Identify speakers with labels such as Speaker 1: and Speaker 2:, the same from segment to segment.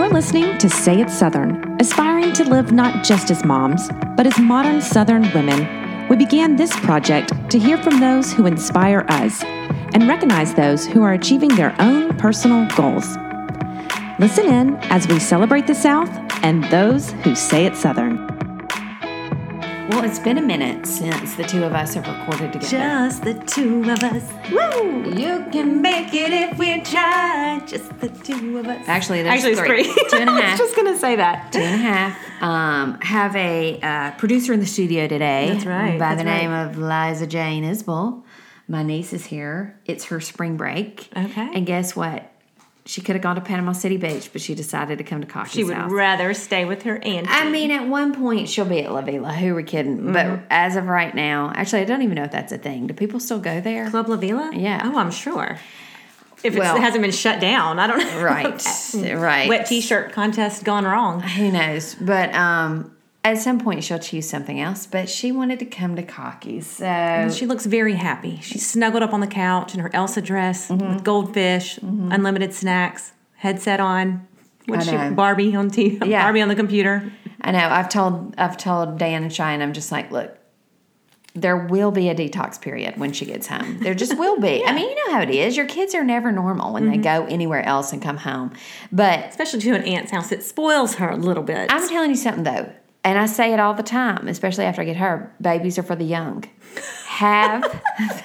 Speaker 1: to Say It Southern, aspiring to live not just as moms, but as modern Southern women, we began this project to hear from those who inspire us and recognize those who are achieving their own personal goals. Listen in as we celebrate the South and those who say it Southern.
Speaker 2: Well, it's been a minute since the two of us have recorded together.
Speaker 3: Just the two of us. Woo! You can make it if we try. Just the two of us.
Speaker 2: Actually, there's three. Two and a half.
Speaker 3: just gonna say that.
Speaker 2: two and a half. Um, have a uh, producer in the studio today.
Speaker 3: That's right,
Speaker 2: By the
Speaker 3: that's
Speaker 2: name of Liza Jane Isbell. My niece is here. It's her spring break.
Speaker 3: Okay.
Speaker 2: And guess what? She could have gone to Panama City Beach, but she decided to come to Cocky's
Speaker 3: She would
Speaker 2: house.
Speaker 3: rather stay with her auntie.
Speaker 2: I mean, at one point she'll be at La Villa. Who are we kidding? But as of right now, actually, I don't even know if that's a thing. Do people still go there?
Speaker 3: Club La Villa?
Speaker 2: Yeah.
Speaker 3: Oh, I'm sure. If
Speaker 2: Well-
Speaker 3: it's, it hasn't been shut down, I don't know.
Speaker 2: Right, right.
Speaker 3: Wet T-shirt contest gone wrong.
Speaker 2: Who knows? But um, at some point she'll choose something else. But she wanted to come to Cocky's, so
Speaker 3: She looks very happy. She's snuggled up on the couch in her Elsa dress
Speaker 2: Mm-hmm.
Speaker 3: with goldfish, unlimited snacks, headset on. What's
Speaker 2: I
Speaker 3: she
Speaker 2: know.
Speaker 3: Barbie on T?
Speaker 2: Yeah.
Speaker 3: Barbie on the computer.
Speaker 2: I know I've told I've told Dan and Shine. I'm just like, look, there will be a detox period when she gets home. There just will be. I mean, you know how it is. Your kids are never normal when they go anywhere else and come home. But
Speaker 3: especially to an aunt's house. It spoils her a little bit.
Speaker 2: I'm telling you something though, and I say it all the time, especially after I get her. Babies are for the young. Have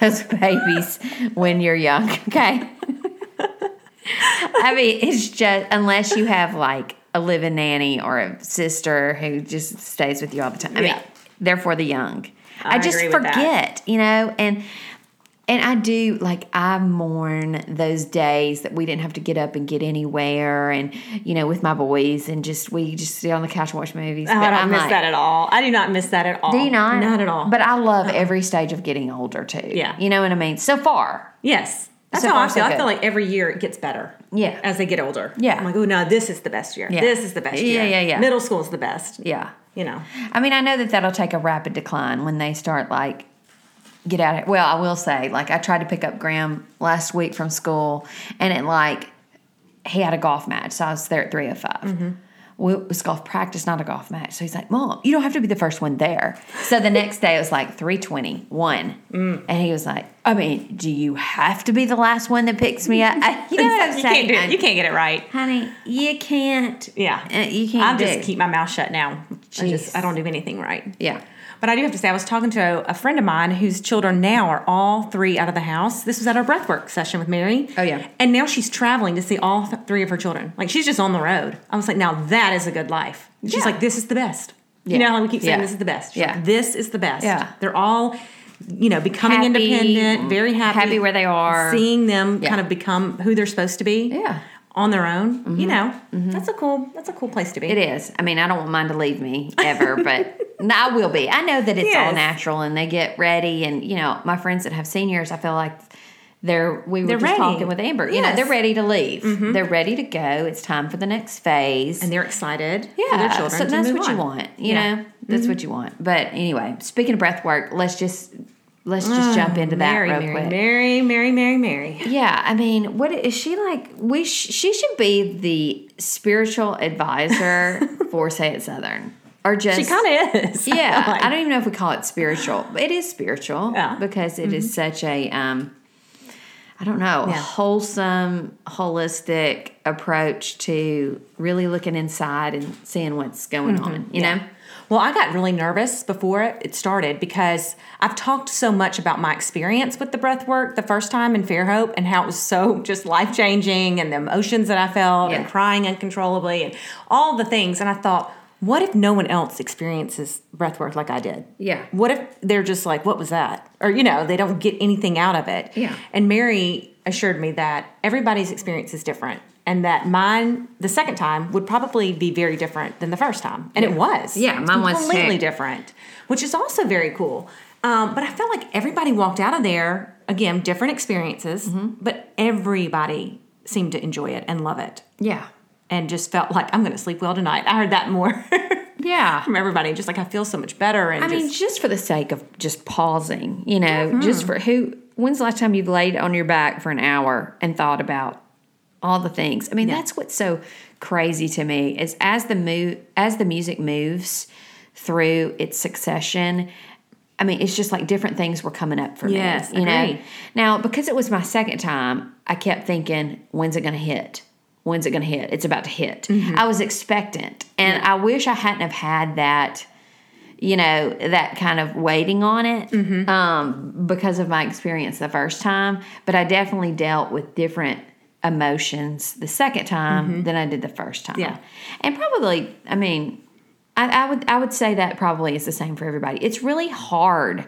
Speaker 2: those babies when you're young, okay? I mean, it's just unless you have like a living nanny or a sister who just stays with you all the time. I
Speaker 3: Yeah.
Speaker 2: mean, they're for the young. I,
Speaker 3: I
Speaker 2: just
Speaker 3: agree with that.
Speaker 2: forget, you know, and and I do like I mourn those days that we didn't have to get up and get anywhere, and you know, with my boys, and just we just sit on the couch and watch movies.
Speaker 3: oh, I
Speaker 2: But
Speaker 3: don't
Speaker 2: I'm
Speaker 3: miss
Speaker 2: like,
Speaker 3: that at all. I do not miss that at all.
Speaker 2: Do you not?
Speaker 3: Not at all. Uh-uh.
Speaker 2: But I love every stage of getting older too.
Speaker 3: Yeah.
Speaker 2: you know what I mean. So far,
Speaker 3: yes, that's
Speaker 2: So
Speaker 3: how
Speaker 2: far,
Speaker 3: I
Speaker 2: so
Speaker 3: feel. I
Speaker 2: good.
Speaker 3: feel like every year it gets better.
Speaker 2: Yeah.
Speaker 3: as they get older.
Speaker 2: Yeah.
Speaker 3: I'm like, oh no, this is the best year.
Speaker 2: Yeah.
Speaker 3: This is the best
Speaker 2: Yeah,
Speaker 3: year.
Speaker 2: yeah, yeah.
Speaker 3: Middle school is the best.
Speaker 2: yeah.
Speaker 3: You know,
Speaker 2: I mean, I know that that'll take a rapid decline when they start like get out. Of, well, I will say, like, I tried to pick up Graham last week from school, and it like he had a golf match, so I was there at three o
Speaker 3: Mm-hmm.
Speaker 2: five. Well, it was golf practice, not a golf match. So he's like, "Mom, you don't have to be the first one there." So the next day it was like three twenty one,
Speaker 3: Mm.
Speaker 2: and he was like, "I mean, do you have to be the last one that picks me up?" I- you know what I'm
Speaker 3: you
Speaker 2: saying?
Speaker 3: can't do it. You can't get it right.
Speaker 2: honey. You can't.
Speaker 3: Yeah,
Speaker 2: Uh, you can't.
Speaker 3: I
Speaker 2: do.
Speaker 3: just keep my mouth shut now. I
Speaker 2: Jeez.
Speaker 3: just I don't do anything right.
Speaker 2: Yeah.
Speaker 3: But I do have to say, I was talking to a friend of mine whose children now are all three out of the house. This was at our breathwork session with Mary.
Speaker 2: Oh, yeah.
Speaker 3: And now she's traveling to see all th- three of her children. Like she's just on the road. I was like, now that is a good life. She's
Speaker 2: Yeah.
Speaker 3: like, this is the best.
Speaker 2: Yeah.
Speaker 3: You know, how we keep saying
Speaker 2: Yeah.
Speaker 3: this is the best. She's
Speaker 2: Yeah.
Speaker 3: like, this is the best.
Speaker 2: Yeah.
Speaker 3: They're all, you know, becoming
Speaker 2: Happy,
Speaker 3: independent, very happy,
Speaker 2: happy where they are.
Speaker 3: seeing them
Speaker 2: Yeah.
Speaker 3: kind of become who they're supposed to be.
Speaker 2: Yeah. Mm-hmm.
Speaker 3: On their own, you know, that's a cool. That's a cool place to be.
Speaker 2: It is. I mean, I don't want mine to leave me ever, but no, I will be. I know that it's all
Speaker 3: Yes.
Speaker 2: natural and they get ready. And, you know, my friends that have seniors, I feel like they're, we were
Speaker 3: They're
Speaker 2: just
Speaker 3: ready.
Speaker 2: talking with Amber, you know,
Speaker 3: Yes. Mm-hmm.
Speaker 2: they're ready to leave. They're ready to go. It's time for the next phase.
Speaker 3: And they're excited.
Speaker 2: yeah.
Speaker 3: for their children
Speaker 2: so
Speaker 3: to
Speaker 2: that's
Speaker 3: move
Speaker 2: what you
Speaker 3: on.
Speaker 2: want, you
Speaker 3: Yeah. Mm-hmm.
Speaker 2: know, that's what you want. But anyway, speaking of breath work, let's just, let's just jump into that
Speaker 3: Ah, Mary,
Speaker 2: real
Speaker 3: Mary,
Speaker 2: quick.
Speaker 3: Mary, Mary, Mary, Mary.
Speaker 2: Yeah, I mean, what is she like? We sh- she should be the spiritual advisor for Say It Southern, or just
Speaker 3: She kind of is.
Speaker 2: yeah.
Speaker 3: Like,
Speaker 2: I don't even know if we call it spiritual, but it is spiritual
Speaker 3: Yeah. Mm-hmm.
Speaker 2: because it is such a um, I don't know,
Speaker 3: Yeah.
Speaker 2: wholesome, holistic approach to really looking inside and seeing what's going
Speaker 3: Mm-hmm.
Speaker 2: on. You know,
Speaker 3: Well, I got really nervous before it started because I've talked so much about my experience with the breath work the first time in Fairhope and how it was so just life changing and the emotions that I felt
Speaker 2: Yeah.
Speaker 3: and crying uncontrollably and all the things. And I thought, what if no one else experiences breath work like I did?
Speaker 2: Yeah.
Speaker 3: What if they're just like, what was that? Or, you know, they don't get anything out of it.
Speaker 2: Yeah.
Speaker 3: And Mary assured me that everybody's experience is different and that mine the second time would probably be very different than the first time. And it was.
Speaker 2: Yeah,
Speaker 3: It's
Speaker 2: mine was
Speaker 3: completely
Speaker 2: too.
Speaker 3: different, which is also very cool. Um, but I felt like everybody walked out of there again, different experiences,
Speaker 2: Mm-hmm.
Speaker 3: but everybody seemed to enjoy it and love it,
Speaker 2: yeah,
Speaker 3: and just felt like I'm going to sleep well tonight. I heard that more
Speaker 2: yeah.
Speaker 3: from everybody, just like I feel so much better. And
Speaker 2: I mean,
Speaker 3: just- hmm.
Speaker 2: just for the sake of just pausing, you know, just for who, when's the last time you've laid on your back for an hour and thought about all the things. I mean, that's what's so crazy to me is as the move as the music moves through its succession. I mean, it's just like different things were coming up for
Speaker 3: Yes,
Speaker 2: me. You know,
Speaker 3: agree.
Speaker 2: now because it was my second time, I kept thinking, when's it going to hit? When's it going to hit? It's about to hit.
Speaker 3: Mm-hmm.
Speaker 2: I was expectant, and I wish I hadn't have had that you know that kind of waiting on it um, because of my experience the first time but i definitely dealt with different emotions the second time than i did the first time
Speaker 3: Yeah.
Speaker 2: and probably i mean I, I would i would say that probably is the same for everybody it's really hard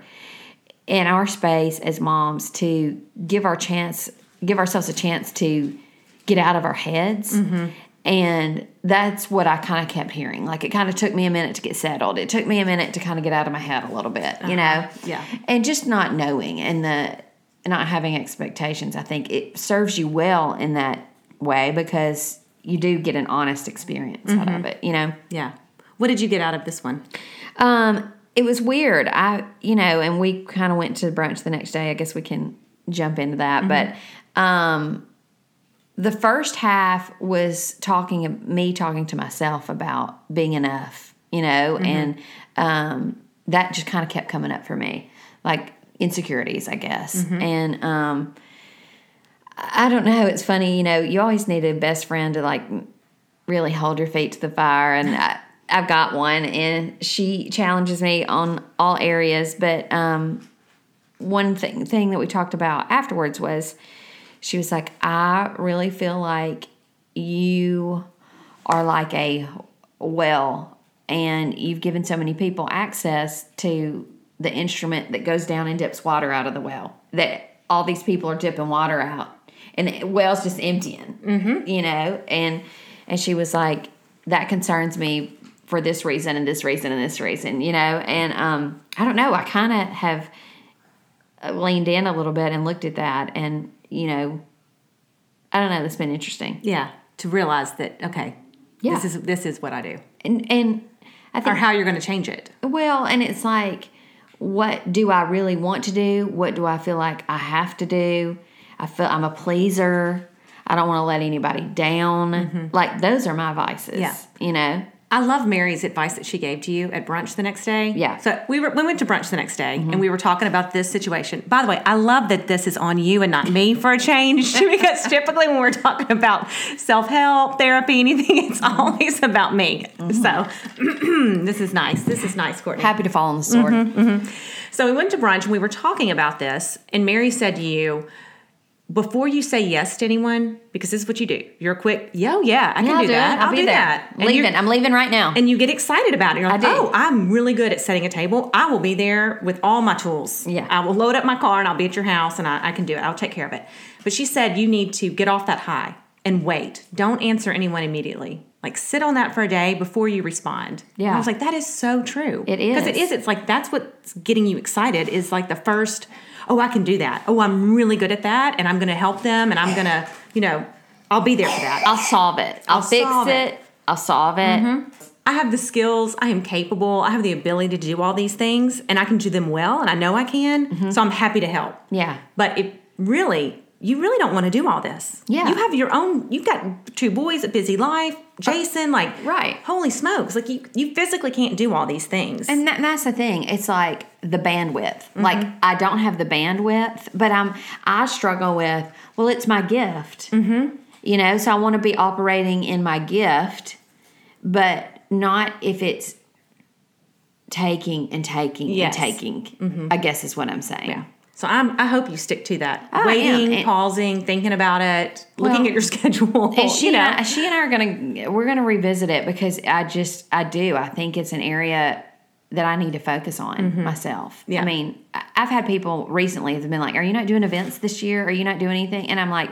Speaker 2: in our space as moms to give our chance give ourselves a chance to get out of our heads and that's what i kind of kept hearing like it kind of took me a minute to get settled it took me a minute to kind of get out of my head a little bit you know
Speaker 3: Yeah.
Speaker 2: and just not knowing and the not having expectations i think it serves you well in that way because you do get an honest experience out of it you know
Speaker 3: Yeah. What did you get out of this one?
Speaker 2: um, it was weird. I, you know, and we kind of went to brunch the next day. I guess we can jump into that, but um, the first half was talking me talking to myself about being enough, you know, and um, that just kind of kept coming up for me, like insecurities, I guess, and um, I don't know. It's funny, you know, you always need a best friend to like really hold your feet to the fire and I, i've got one and she challenges me on all areas but um, one thing, thing that we talked about afterwards was she was like i really feel like you are like a well and you've given so many people access to the instrument that goes down and dips water out of the well that all these people are dipping water out and the well's just emptying you know and and she was like that concerns me for this reason and this reason and this reason you know and um i don't know i kind of have uh, leaned in a little bit and looked at that and you know i don't know that's been interesting
Speaker 3: Yeah. To realize that okay,
Speaker 2: Yeah.
Speaker 3: this is this is what I do,
Speaker 2: and and i
Speaker 3: or
Speaker 2: think
Speaker 3: how you're going to change it.
Speaker 2: well and it's like what do i really want to do what do i feel like i have to do i feel i'm a pleaser i don't want to let anybody down like those are my vices
Speaker 3: Mm-hmm. Yeah.
Speaker 2: you know
Speaker 3: I love Mary's advice that she gave to you at brunch the next day.
Speaker 2: Yeah. Mm-hmm.
Speaker 3: So we, were, we went to brunch the next day and we were talking about this situation. By the way, I love that this is on you and not me for a change because typically when we're talking about self help, therapy, anything, it's
Speaker 2: Mm-hmm.
Speaker 3: always about me. So this is nice. This is nice, Courtney.
Speaker 2: happy to fall on the sword
Speaker 3: So we went to brunch and we were talking about this, and Mary said to you, before you say yes to anyone, because this is what you do, you're quick, yo, yeah, I can
Speaker 2: I'll
Speaker 3: do, that.
Speaker 2: It. I'll,
Speaker 3: I'll
Speaker 2: be
Speaker 3: do
Speaker 2: there.
Speaker 3: that. And you're-
Speaker 2: leaving. I'm leaving right now.
Speaker 3: and you get excited about it. You're like,
Speaker 2: I do.
Speaker 3: oh, I'm really good at setting a table. I will be there with all my tools.
Speaker 2: Yeah.
Speaker 3: I will load up my car and I'll be at your house and I, I can do it. I'll take care of it. But she said, you need to get off that high and wait. Don't answer anyone immediately. Like, sit on that for a day before you respond. And
Speaker 2: Yeah.
Speaker 3: I was like, that is so true.
Speaker 2: It
Speaker 3: Because it
Speaker 2: is.
Speaker 3: is. It's like, that's what's getting you excited is like the first, oh, I can do that. Oh, I'm really good at that and I'm going to help them and I'm going to, you know, I'll be there for that.
Speaker 2: I'll solve it. I'll, fix
Speaker 3: solve
Speaker 2: it.
Speaker 3: it. Mm-hmm.
Speaker 2: I'll solve it.
Speaker 3: I have the skills, I am capable, I have the ability to do all these things, and I can do them well, and I know I can,
Speaker 2: Mm-hmm.
Speaker 3: so I'm happy to help.
Speaker 2: Yeah.
Speaker 3: But it really, you really don't want to do all this.
Speaker 2: Yeah.
Speaker 3: You have your own, you've got two boys, a busy life, Jason, like,
Speaker 2: Uh, Right.
Speaker 3: Holy smokes, like, you, you physically can't do all these things.
Speaker 2: And, that, and that's the thing. It's like the bandwidth.
Speaker 3: Mm-hmm.
Speaker 2: Like I don't have the bandwidth, but I'm I struggle with. Well, it's my gift. Mm-hmm. You know, so I want to be operating in my gift, but not if it's taking and taking
Speaker 3: Yes. Mm-hmm.
Speaker 2: and taking. I guess is what I'm saying.
Speaker 3: yeah. So I'm, I hope you stick to that.
Speaker 2: Oh, I am.
Speaker 3: Waiting,
Speaker 2: And-
Speaker 3: pausing, thinking about it,
Speaker 2: Well,
Speaker 3: looking at your schedule.
Speaker 2: and she
Speaker 3: you know.
Speaker 2: and I, she and I are gonna we're gonna revisit it because I just I do I think it's an area that I need to focus on myself.
Speaker 3: Mm-hmm. Yeah.
Speaker 2: I mean, I- I've had people recently that've been like, "Are you not doing events this year? Are you not doing anything?" And I'm like,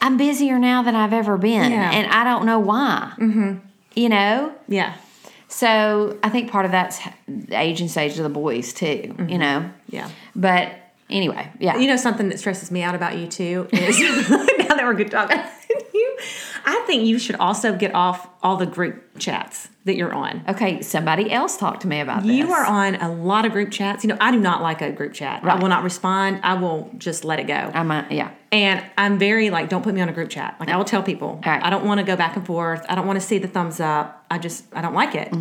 Speaker 2: "I'm busier now than I've ever been,
Speaker 3: Yeah.
Speaker 2: and I don't know why." Mm-hmm. You know,
Speaker 3: yeah.
Speaker 2: so I think part of that's the age and stage of the boys too.
Speaker 3: Mm-hmm.
Speaker 2: You know,
Speaker 3: Yeah.
Speaker 2: but anyway, yeah,
Speaker 3: You know something that stresses me out about you too is now that we're good talking. you I think you should also get off all the group chats that you're on.
Speaker 2: Okay, somebody else talk to me about this.
Speaker 3: You are on a lot of group chats. You know, I do not like a group chat. I
Speaker 2: Right.
Speaker 3: will not respond. I will just let it go.
Speaker 2: I'm a, yeah.
Speaker 3: And I'm very like, don't put me on a group chat. Like I will tell people,
Speaker 2: All right.
Speaker 3: I don't want to go back and forth. I don't want to see the thumbs up. I just I don't like it.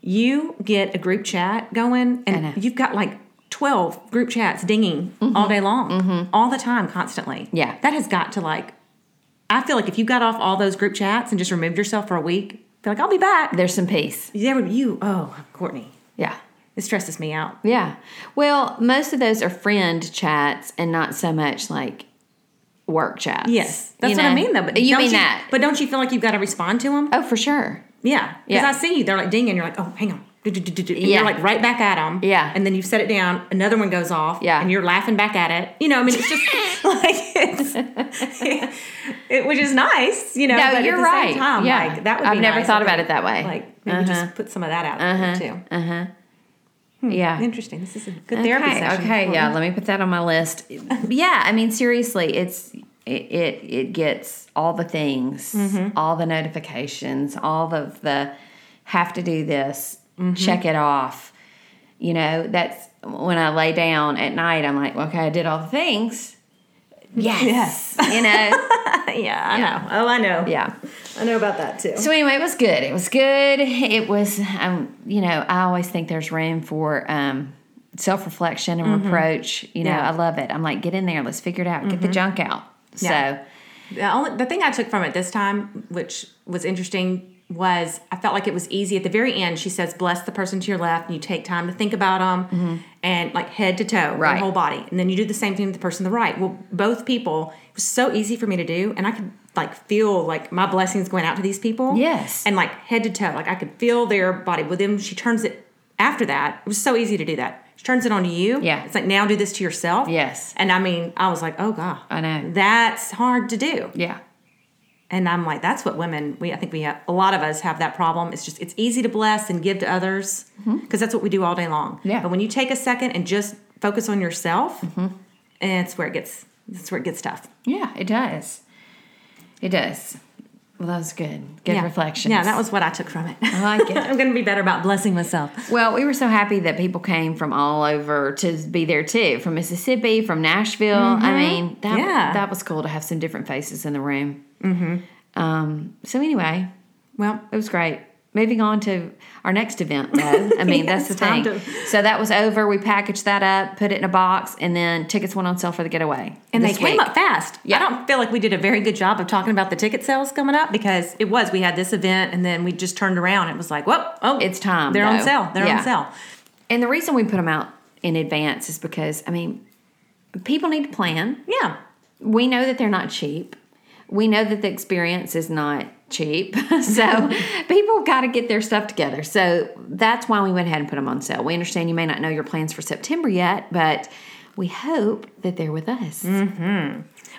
Speaker 3: You get a group chat going,
Speaker 2: Mm-hmm. know. Mm-hmm.
Speaker 3: and you've got like twelve group chats dinging all day long, all the time, constantly.
Speaker 2: Yeah.
Speaker 3: that has got to like. I feel like if you got off all those group chats and just removed yourself for a week, feel like I'll be back.
Speaker 2: There's some peace.
Speaker 3: There would you. Oh, Courtney,
Speaker 2: Yeah.
Speaker 3: it stresses me out.
Speaker 2: Yeah. Well, most of those are friend chats and not so much like work chats.
Speaker 3: Yes, that's
Speaker 2: You
Speaker 3: what I
Speaker 2: know?
Speaker 3: mean though. But
Speaker 2: you
Speaker 3: don't
Speaker 2: mean that?
Speaker 3: But don't you feel like you've got to respond to them?
Speaker 2: oh, for sure.
Speaker 3: Yeah, because
Speaker 2: Yeah.
Speaker 3: I see you. They're like dinging. You're like, oh, hang on. Do, do, do, do, do. And
Speaker 2: Yeah.
Speaker 3: You're like right back at them.
Speaker 2: Yeah.
Speaker 3: And then you set it down. Another one goes off.
Speaker 2: Yeah.
Speaker 3: And you're laughing back at it. You know, I mean, it's just like it's, it, which is nice. You know,
Speaker 2: No,
Speaker 3: but
Speaker 2: you're
Speaker 3: at the
Speaker 2: right.
Speaker 3: Same time,
Speaker 2: Yeah.
Speaker 3: like that would.
Speaker 2: I've
Speaker 3: be
Speaker 2: never
Speaker 3: nice
Speaker 2: thought
Speaker 3: if
Speaker 2: about
Speaker 3: they,
Speaker 2: it that way. Uh-huh.
Speaker 3: Like maybe just put some of that out there too. Hmm.
Speaker 2: Yeah.
Speaker 3: Interesting. This is a good therapy
Speaker 2: okay,
Speaker 3: session.
Speaker 2: Okay, yeah, let me put that on my list. Yeah, I mean seriously, it's it it, it gets all the things, all the notifications, all of the have to do this, check it off. You know, that's when I lay down at night, I'm like, okay, I did all the things. Yes. You know.
Speaker 3: yeah, I know. Oh, I know.
Speaker 2: yeah.
Speaker 3: I know about that too.
Speaker 2: So anyway, it was good. It was good. It was, um, you know, I always think there's room for um, self reflection and reproach. You know,
Speaker 3: Mm-hmm. Yeah. Mm-hmm.
Speaker 2: I love it. I'm like, get in there. Let's figure it out. Get the junk out.
Speaker 3: Yeah.
Speaker 2: So
Speaker 3: The only the thing I took from it this time, which was interesting, was I felt like it was easy at the very end. She says, "Bless the person to your left," and you take time to think about them, and like head to toe, your
Speaker 2: Mm-hmm. Right.
Speaker 3: whole body, and then you do the same thing to the person to the right. Well, both people it was so easy for me to do, and I could like feel like my blessings going out to these people.
Speaker 2: Yes.
Speaker 3: and like head to toe, like I could feel their body. Well, then she turns it after that. It was so easy to do that. She turns it on to you.
Speaker 2: Yeah.
Speaker 3: it's like now do this to yourself.
Speaker 2: Yes.
Speaker 3: and I mean, I was like, oh god,
Speaker 2: I know.
Speaker 3: that's hard to do.
Speaker 2: yeah,
Speaker 3: And I'm like, that's what women, we, I think we have, a lot of us have that problem. It's just, it's easy to bless and give to others because that's what we do all day long.
Speaker 2: Mm-hmm. Yeah. Mm-hmm.
Speaker 3: But when you take a second and just focus on yourself, and it's where it gets, that's where it gets tough.
Speaker 2: yeah, it does. It does. Well, that was good. Good
Speaker 3: yeah.
Speaker 2: reflection.
Speaker 3: Yeah, that was what I took from it.
Speaker 2: I like it.
Speaker 3: I'm going to be better about blessing myself.
Speaker 2: Well, we were so happy that people came from all over to be there too, from Mississippi, from Nashville. I mean,
Speaker 3: Mm-hmm.
Speaker 2: that
Speaker 3: Yeah.
Speaker 2: that was cool to have some different faces in the room. Mm-hmm. Um, so anyway,
Speaker 3: Well,
Speaker 2: it was great. Moving on to our next event, though. I mean,
Speaker 3: Yeah,
Speaker 2: that's the
Speaker 3: it's time
Speaker 2: thing.
Speaker 3: to-
Speaker 2: So that was over. We packaged that up, put it in a box, and then tickets went on sale for the getaway.
Speaker 3: and
Speaker 2: this
Speaker 3: they came
Speaker 2: week.
Speaker 3: up fast. I
Speaker 2: Yeah.
Speaker 3: don't feel like we did a very good job of talking about the ticket sales coming up because it was, we had this event and then we just turned around. It was like, whoop, oh,
Speaker 2: It's time,
Speaker 3: They're on
Speaker 2: though.
Speaker 3: sale. They're
Speaker 2: Yeah.
Speaker 3: on sale.
Speaker 2: And the reason we put them out in advance is because, I mean, people need to plan.
Speaker 3: Yeah.
Speaker 2: we know that they're not cheap. We know that the experience is not cheap. so people got to get their stuff together. So that's why we went ahead and put them on sale. We understand you may not know your plans for September yet, but we hope that they're with us.
Speaker 3: Mm.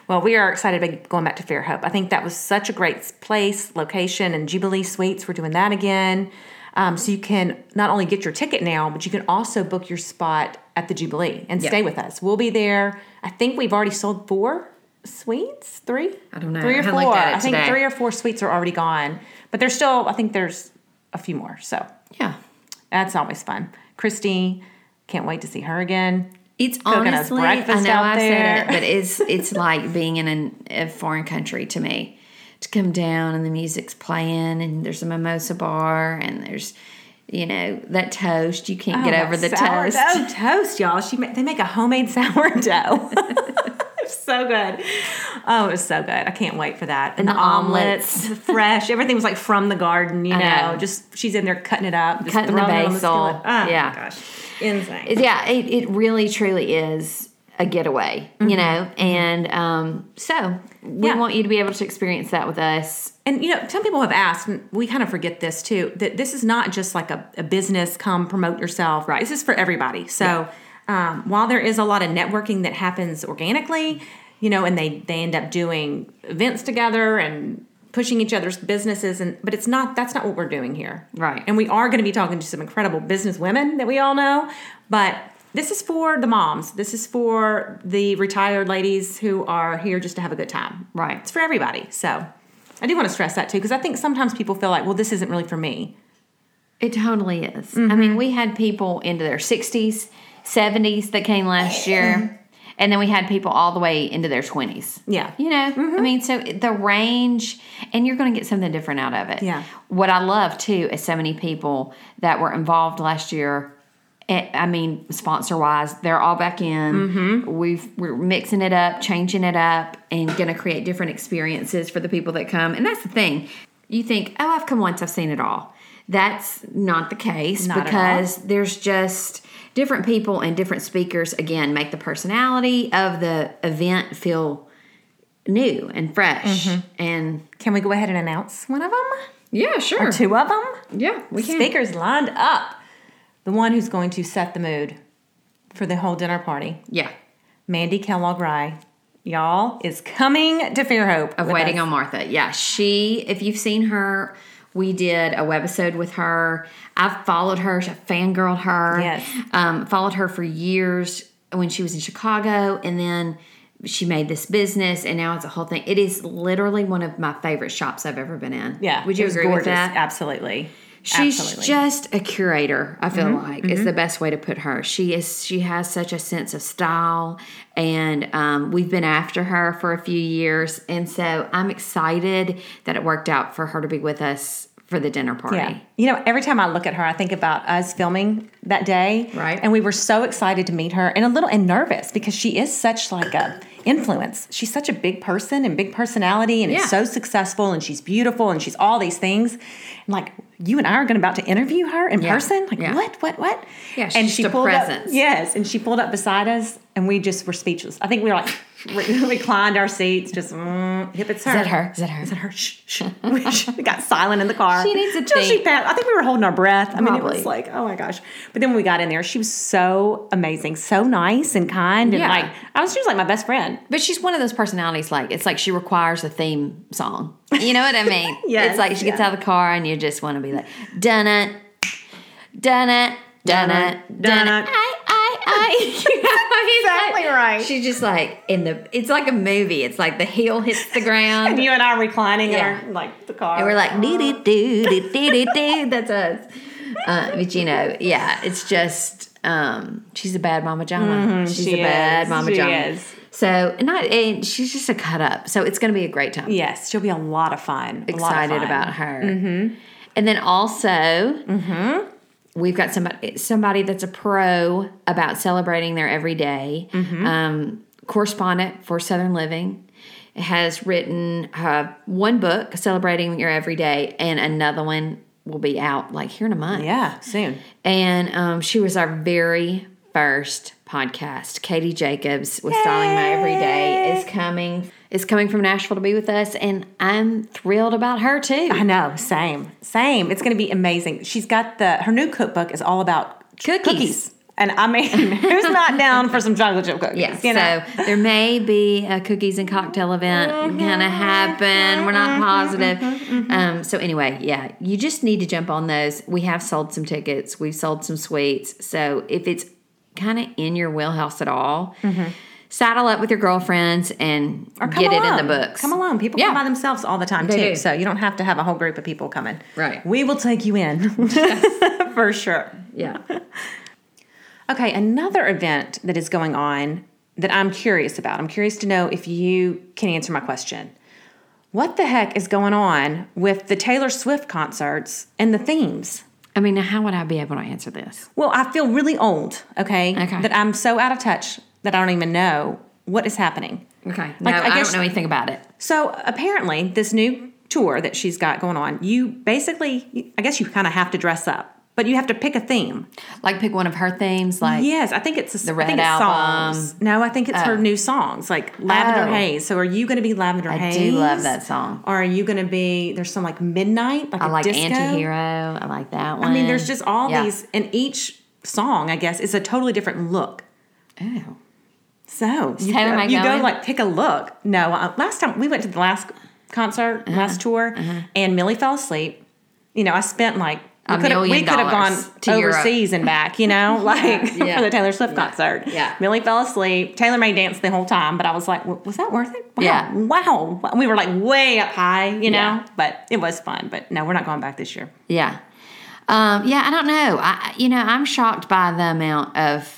Speaker 3: Well, we are excited about going back to Fairhope. I think that was such a great place, location, and Jubilee Suites. We're doing that again. Um, so you can not only get your ticket now, but you can also book your spot at the Jubilee and stay with us. We'll be there. I think we've already sold four suites, three. I
Speaker 2: don't know.
Speaker 3: Three
Speaker 2: I
Speaker 3: or
Speaker 2: haven't
Speaker 3: four.
Speaker 2: looked at it
Speaker 3: I think
Speaker 2: today.
Speaker 3: three or four suites are already gone, but there's still. I think there's a few more. So
Speaker 2: Yeah.
Speaker 3: that's always fun. Christy, can't wait to see her again.
Speaker 2: It's
Speaker 3: Cooking us
Speaker 2: honestly, I
Speaker 3: breakfast
Speaker 2: know
Speaker 3: out
Speaker 2: I
Speaker 3: there.
Speaker 2: said it, but it's it's like being in an, a foreign country to me. To come down and the music's playing, and there's a mimosa bar, and there's, you know, that toast. You can't get
Speaker 3: Oh,
Speaker 2: over the
Speaker 3: that
Speaker 2: toast.
Speaker 3: sourdough toast, y'all. She ma- they make a homemade sourdough. It's so good. Oh, it was so good. I can't wait for that. And,
Speaker 2: the
Speaker 3: fresh. Everything was like from the garden, you know.
Speaker 2: know.
Speaker 3: Just she's in there cutting it up, just
Speaker 2: Cutting the
Speaker 3: throwing it on
Speaker 2: basil.
Speaker 3: skillet. Oh,
Speaker 2: Yeah.
Speaker 3: my gosh, insane.
Speaker 2: It- yeah it, it really truly is a getaway you know and um, so we
Speaker 3: Mm-hmm. Yeah.
Speaker 2: want you to be able to experience that with us
Speaker 3: and you know, some people have asked, and we kind of forget this too, that this is not just like a, a business, come promote yourself. Right. This is for everybody. So um, while there is a lot of networking that happens organically, you know, and they they end up doing events together and pushing each other's businesses and but it's not that's not what we're doing here.
Speaker 2: Right.
Speaker 3: And we are going to be talking to some incredible business women that we all know, but this is for the moms. This is for the retired ladies who are here just to have a good time.
Speaker 2: Right.
Speaker 3: It's for everybody. So I do want to stress that too because I think sometimes people feel like, well, this isn't really for me.
Speaker 2: It totally is. I mean, we had people into their 60s, 70s that came last year, and then we had people all the way into their 20s.
Speaker 3: Yeah.
Speaker 2: You know, I mean, so the range, and you're going to get something different out of it.
Speaker 3: Yeah.
Speaker 2: What I love too is so many people that were involved last year. eh, I mean, sponsor wise, they're all back in. We've we're mixing it up, changing it up, and going to create different experiences for the people that come. And that's the thing. You think, oh, I've come once, I've seen it all. That's not the case
Speaker 3: Not at all.
Speaker 2: because there's just different people and different speakers. Again, make the personality of the event feel new and fresh. And
Speaker 3: Can we go ahead and announce one of them?
Speaker 2: Mm-hmm. yeah, sure.
Speaker 3: Two of them?
Speaker 2: Yeah, we can.
Speaker 3: Speakers lined up. The one who's going to set the mood for the whole dinner party,
Speaker 2: Yeah,
Speaker 3: Mandy Kellogg Rye, y'all, is coming to Fairhope.
Speaker 2: of waiting on Martha. Yeah, she. If you've seen her, we did a webisode with her. I've followed her. I fangirled her.
Speaker 3: Yes.
Speaker 2: um, followed her for years when she was in Chicago, and then she made this business, and now it's a whole thing. It is literally one of my favorite shops I've ever been in.
Speaker 3: Yeah.
Speaker 2: would
Speaker 3: it
Speaker 2: you
Speaker 3: was
Speaker 2: agree
Speaker 3: gorgeous.
Speaker 2: with that?
Speaker 3: Absolutely.
Speaker 2: She's
Speaker 3: Absolutely.
Speaker 2: just a curator, I feel like is the best way to put her. She is she has such a sense of style and um, we've been after her for a few years and so I'm excited that it worked out for her to be with us for the dinner party.
Speaker 3: Yeah. You know, every time I look at her, I think about us filming that day.
Speaker 2: Right.
Speaker 3: And we were so excited to meet her and a little and nervous because she is such like a influence. She's such a big person and big personality and
Speaker 2: Yeah.
Speaker 3: is so successful and she's beautiful and she's all these things. And like you and I are going about to interview her in
Speaker 2: Yeah.
Speaker 3: person. Like
Speaker 2: Yeah.
Speaker 3: what? What? What?
Speaker 2: Yeah, she's
Speaker 3: and
Speaker 2: just a
Speaker 3: pulled up.
Speaker 2: presence.
Speaker 3: Yes, and she pulled up beside us and we just were speechless. I think we were like re- reclined our seats just mm, yep, it's her.
Speaker 2: that her? Is that her?
Speaker 3: Is that her? Shh, shh. we got silent in the car.
Speaker 2: She needs a
Speaker 3: Till she
Speaker 2: think.
Speaker 3: passed. I think we were holding our breath. I mean, it
Speaker 2: Probably.
Speaker 3: was like, oh my gosh. But then when we got in there, she was so amazing, so nice and kind, and
Speaker 2: Yeah.
Speaker 3: like I was, she was like my best friend.
Speaker 2: But she's one of those personalities like it's like she requires a theme song. You know what I mean?
Speaker 3: Yes,
Speaker 2: It's like she gets
Speaker 3: yeah.
Speaker 2: out of the car and you just want to be like dun it, dun it, dun it, dun
Speaker 3: Dun
Speaker 2: it.
Speaker 3: it.
Speaker 2: I I I You know what I mean?
Speaker 3: Exactly
Speaker 2: Like,
Speaker 3: right.
Speaker 2: She's just like in the it's like a movie. It's like the heel hits the ground.
Speaker 3: And you and I were reclining
Speaker 2: Yeah.
Speaker 3: in our like the car.
Speaker 2: And we're like, dee dee doo, dee dee dee doo. That's us. Uh, but you know, yeah, it's just, um, she's a bad Mama Jama. she's
Speaker 3: Mm-hmm, she
Speaker 2: a bad
Speaker 3: is.
Speaker 2: Mama
Speaker 3: She
Speaker 2: Jama.
Speaker 3: is.
Speaker 2: So, and, I, and she's just a cut up. So it's going to be a great time.
Speaker 3: yes, she'll be a lot of fun. A lot of
Speaker 2: Excited
Speaker 3: fun. Mm-hmm.
Speaker 2: about her. And then also, we've got somebody, somebody that's a pro about celebrating their everyday.
Speaker 3: Mm-hmm.
Speaker 2: Um, correspondent for Southern Living has written uh, one book celebrating your everyday, and another one will be out like here in a month.
Speaker 3: Yeah, soon.
Speaker 2: And um, she was our very first podcast. Katie Jacobs with Styling My Everyday is coming is coming from Nashville to be with us, and I'm thrilled about her too.
Speaker 3: I know. Same. Same. It's going to be amazing. She's got the her new cookbook is all about
Speaker 2: Cookies.
Speaker 3: And I mean, who's not down for some chocolate chip cookies?
Speaker 2: Yeah,
Speaker 3: you know? Mm-hmm.
Speaker 2: so there may be a cookies and cocktail event gonna happen. We're not positive. Um, so anyway, yeah, you just need to jump on those. We have sold some tickets. We've sold some sweets. So if it's kind of in your wheelhouse at all, saddle up with your girlfriends and
Speaker 3: Mm-hmm. Or come
Speaker 2: get it in
Speaker 3: alone.
Speaker 2: the books.
Speaker 3: Come alone. People
Speaker 2: Yeah.
Speaker 3: come by themselves all the time
Speaker 2: They
Speaker 3: too.
Speaker 2: do.
Speaker 3: So you don't have to have a whole group of people coming.
Speaker 2: Right.
Speaker 3: We will take you in. For sure.
Speaker 2: Yeah.
Speaker 3: Okay, another event that is going on that I'm curious about. I'm curious to know if you can answer my question. What the heck is going on with the Taylor Swift concerts and the themes?
Speaker 2: I mean, now how would I be able to answer this?
Speaker 3: Well, I feel really old, okay?
Speaker 2: Okay.
Speaker 3: That I'm so out of touch that I don't even know what is happening.
Speaker 2: Okay. No,
Speaker 3: Like, I
Speaker 2: I,
Speaker 3: guess-
Speaker 2: don't know anything about it.
Speaker 3: So apparently, this new tour that she's got going on, you basically, I guess you kind of have to dress up, but you have to pick a theme.
Speaker 2: Like pick one of her themes, like
Speaker 3: Yes, I think it's a, the
Speaker 2: Red
Speaker 3: I think it's
Speaker 2: Album.
Speaker 3: songs. No, I think it's her new songs, like Lavender
Speaker 2: Oh.
Speaker 3: Haze. So are you going to be Lavender
Speaker 2: I
Speaker 3: Haze?
Speaker 2: do love that song.
Speaker 3: Or are you going to be? There's some like Midnight, like
Speaker 2: I
Speaker 3: a
Speaker 2: like
Speaker 3: disco.
Speaker 2: Antihero. I like that one.
Speaker 3: I mean, there's just all
Speaker 2: Yeah.
Speaker 3: these, and each song, I guess, is a totally different look.
Speaker 2: Oh.
Speaker 3: So you,
Speaker 2: Taylor
Speaker 3: go,
Speaker 2: May
Speaker 3: you go
Speaker 2: going?
Speaker 3: like pick a look. No, uh, last time we
Speaker 2: Uh-huh.
Speaker 3: went to the last concert, last tour, and Millie fell asleep. You know, I spent like
Speaker 2: a
Speaker 3: we could have,
Speaker 2: million
Speaker 3: we could have gone
Speaker 2: dollars to Europe.
Speaker 3: overseas and back, you know, like
Speaker 2: Yeah.
Speaker 3: for the Taylor Swift
Speaker 2: Yeah.
Speaker 3: concert.
Speaker 2: Yeah.
Speaker 3: Millie fell asleep. Taylor May danced the whole time, but I was like, "Wa- was that worth it? Wow.
Speaker 2: Yeah.
Speaker 3: Wow. We were like way up high, you know,
Speaker 2: Yeah.
Speaker 3: but it was fun. But no, we're not going back this year.
Speaker 2: Yeah. Um, yeah, I don't know. I I- you know, I'm shocked by the amount of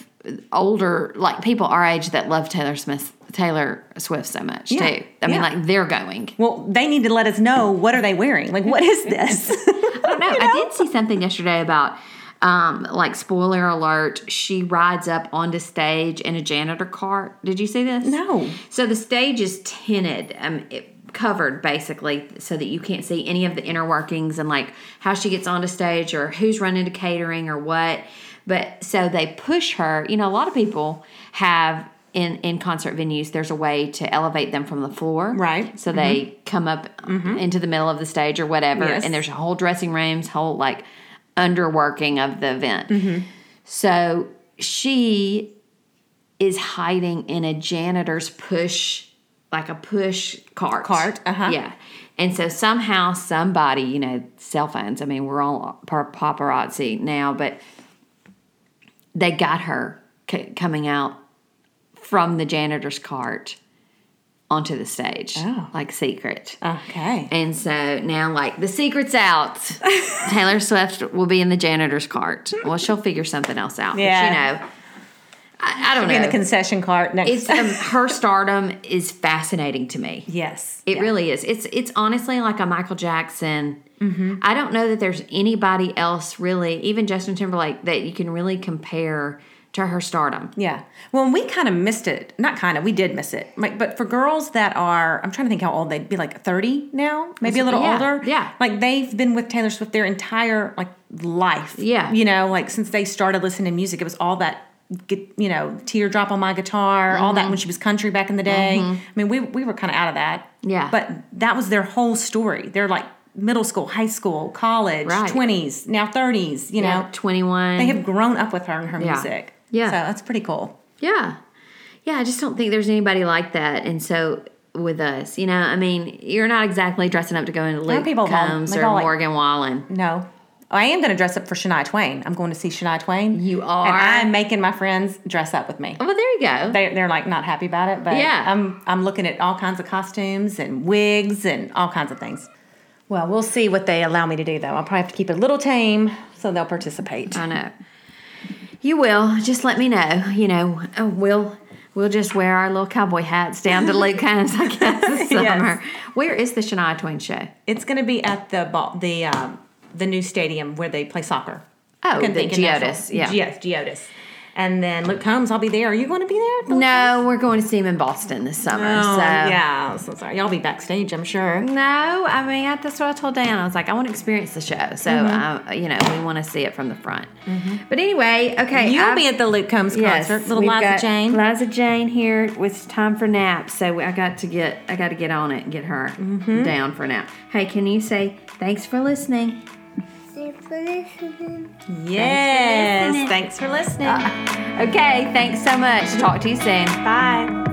Speaker 2: older like people our age that love Taylor Smith Taylor Swift so much
Speaker 3: Yeah.
Speaker 2: too. I mean
Speaker 3: Yeah.
Speaker 2: like they're going.
Speaker 3: Well, they need to let us know what are they wearing? Like, what is this?
Speaker 2: I don't know. I did see something yesterday about um, like spoiler alert, she rides up onto stage in a janitor cart. Did you see this?
Speaker 3: No.
Speaker 2: So the stage is tinted, um, it, covered basically, so that you can't see any of the inner workings and like how she gets onto stage or who's running to catering or what. But so they push her. You know, a lot of people have. In, in concert venues, there's a way to elevate them from the floor.
Speaker 3: Right. Mm-hmm.
Speaker 2: So they come up into the middle of the stage or whatever,
Speaker 3: Yes.
Speaker 2: and there's whole dressing rooms, whole like underworking of the event.
Speaker 3: Mm-hmm.
Speaker 2: So she is hiding in a janitor's push, like a push cart.
Speaker 3: Cart, uh-huh.
Speaker 2: Yeah. And so somehow somebody, you know, cell phones, I mean, we're all par- paparazzi now, but they got her c- coming out from the janitor's cart onto the stage.
Speaker 3: Oh.
Speaker 2: Like secret.
Speaker 3: okay.
Speaker 2: And so now, like, the secret's out. Taylor Swift will be in the janitor's cart. Well, she'll figure something else out.
Speaker 3: Yeah.
Speaker 2: But, you know, I, I don't
Speaker 3: In the
Speaker 2: know.
Speaker 3: concession cart next.
Speaker 2: it's, um, her stardom is fascinating to me.
Speaker 3: yes.
Speaker 2: It really is. It's it's honestly like a Michael Jackson.
Speaker 3: Mm-hmm.
Speaker 2: I don't know that there's anybody else really, even Justin Timberlake, that you can really compare to her stardom.
Speaker 3: Yeah. Well, and we kind of missed it. Not kind of. We did miss it. Like, but for girls that are, I'm trying to think how old they'd be, like 30 now, maybe a little
Speaker 2: Yeah,
Speaker 3: older.
Speaker 2: yeah.
Speaker 3: Like they've been with Taylor Swift their entire like life.
Speaker 2: Yeah.
Speaker 3: You know, like since they started listening to music, it was all that. Get, you know, teardrop on my guitar, all
Speaker 2: Mm-hmm.
Speaker 3: that when she was country back in the day. I mean, we we were kind of out of that.
Speaker 2: Yeah.
Speaker 3: But that was their whole story. They're like middle school, high school, college,
Speaker 2: Right.
Speaker 3: 20s, now 30s, you know.
Speaker 2: 21.
Speaker 3: They have grown up with her and her
Speaker 2: Yeah.
Speaker 3: music.
Speaker 2: Yeah.
Speaker 3: So that's pretty cool.
Speaker 2: Yeah. Yeah, I just don't think there's anybody like that. And so with us, you know, I mean, you're not exactly dressing up to go into Luke
Speaker 3: people don't.
Speaker 2: Combs
Speaker 3: They
Speaker 2: or
Speaker 3: go like-
Speaker 2: Morgan Wallen.
Speaker 3: No. Oh, I am going to dress up for Shania Twain. I'm going to see Shania Twain.
Speaker 2: You are?
Speaker 3: And I'm making my friends dress up with me.
Speaker 2: Oh, well, there you go.
Speaker 3: They, they're like not happy about it, but
Speaker 2: Yeah.
Speaker 3: I'm, I'm looking at all kinds of costumes and wigs and all kinds of things. Well, we'll see what they allow me to do, though. I'll probably have to keep it a little tame so they'll participate.
Speaker 2: I know. You will. Just let me know. You know, uh, we'll we'll just wear our little cowboy hats down to Luke Combs, I guess, this
Speaker 3: Yes.
Speaker 2: summer. Where is the Shania Twain show?
Speaker 3: It's going to be at the ball, the um, the new stadium where they play soccer.
Speaker 2: Oh,
Speaker 3: Couldn't
Speaker 2: the
Speaker 3: think of Nashville.
Speaker 2: Geodis, yeah.
Speaker 3: Yes, Geodis. And then Luke Combs, I'll be there. Are you going to be there? at the-
Speaker 2: No, we're going to see him in Boston this summer.
Speaker 3: Oh,
Speaker 2: so
Speaker 3: yeah. I'm so sorry. Y'all be backstage, I'm sure.
Speaker 2: No, I mean I- that's what I told Dan. I was like, I want to experience the show, so
Speaker 3: Mm-hmm.
Speaker 2: uh, you know we want to see it from the front. But anyway, okay,
Speaker 3: You'll
Speaker 2: I've-
Speaker 3: be at the Luke Combs
Speaker 2: yes,
Speaker 3: concert, little
Speaker 2: we've
Speaker 3: Liza
Speaker 2: got
Speaker 3: Jane.
Speaker 2: Liza Jane here. It was time for nap, so I got to get I got to get on it and get her
Speaker 3: Mm-hmm.
Speaker 2: down for nap. Hey, can you say thanks for listening?
Speaker 4: Thanks for listening.
Speaker 3: yes.
Speaker 2: listening. Uh,
Speaker 3: Thanks for listening.
Speaker 2: Okay, thanks so much. Talk to you soon.
Speaker 3: Bye.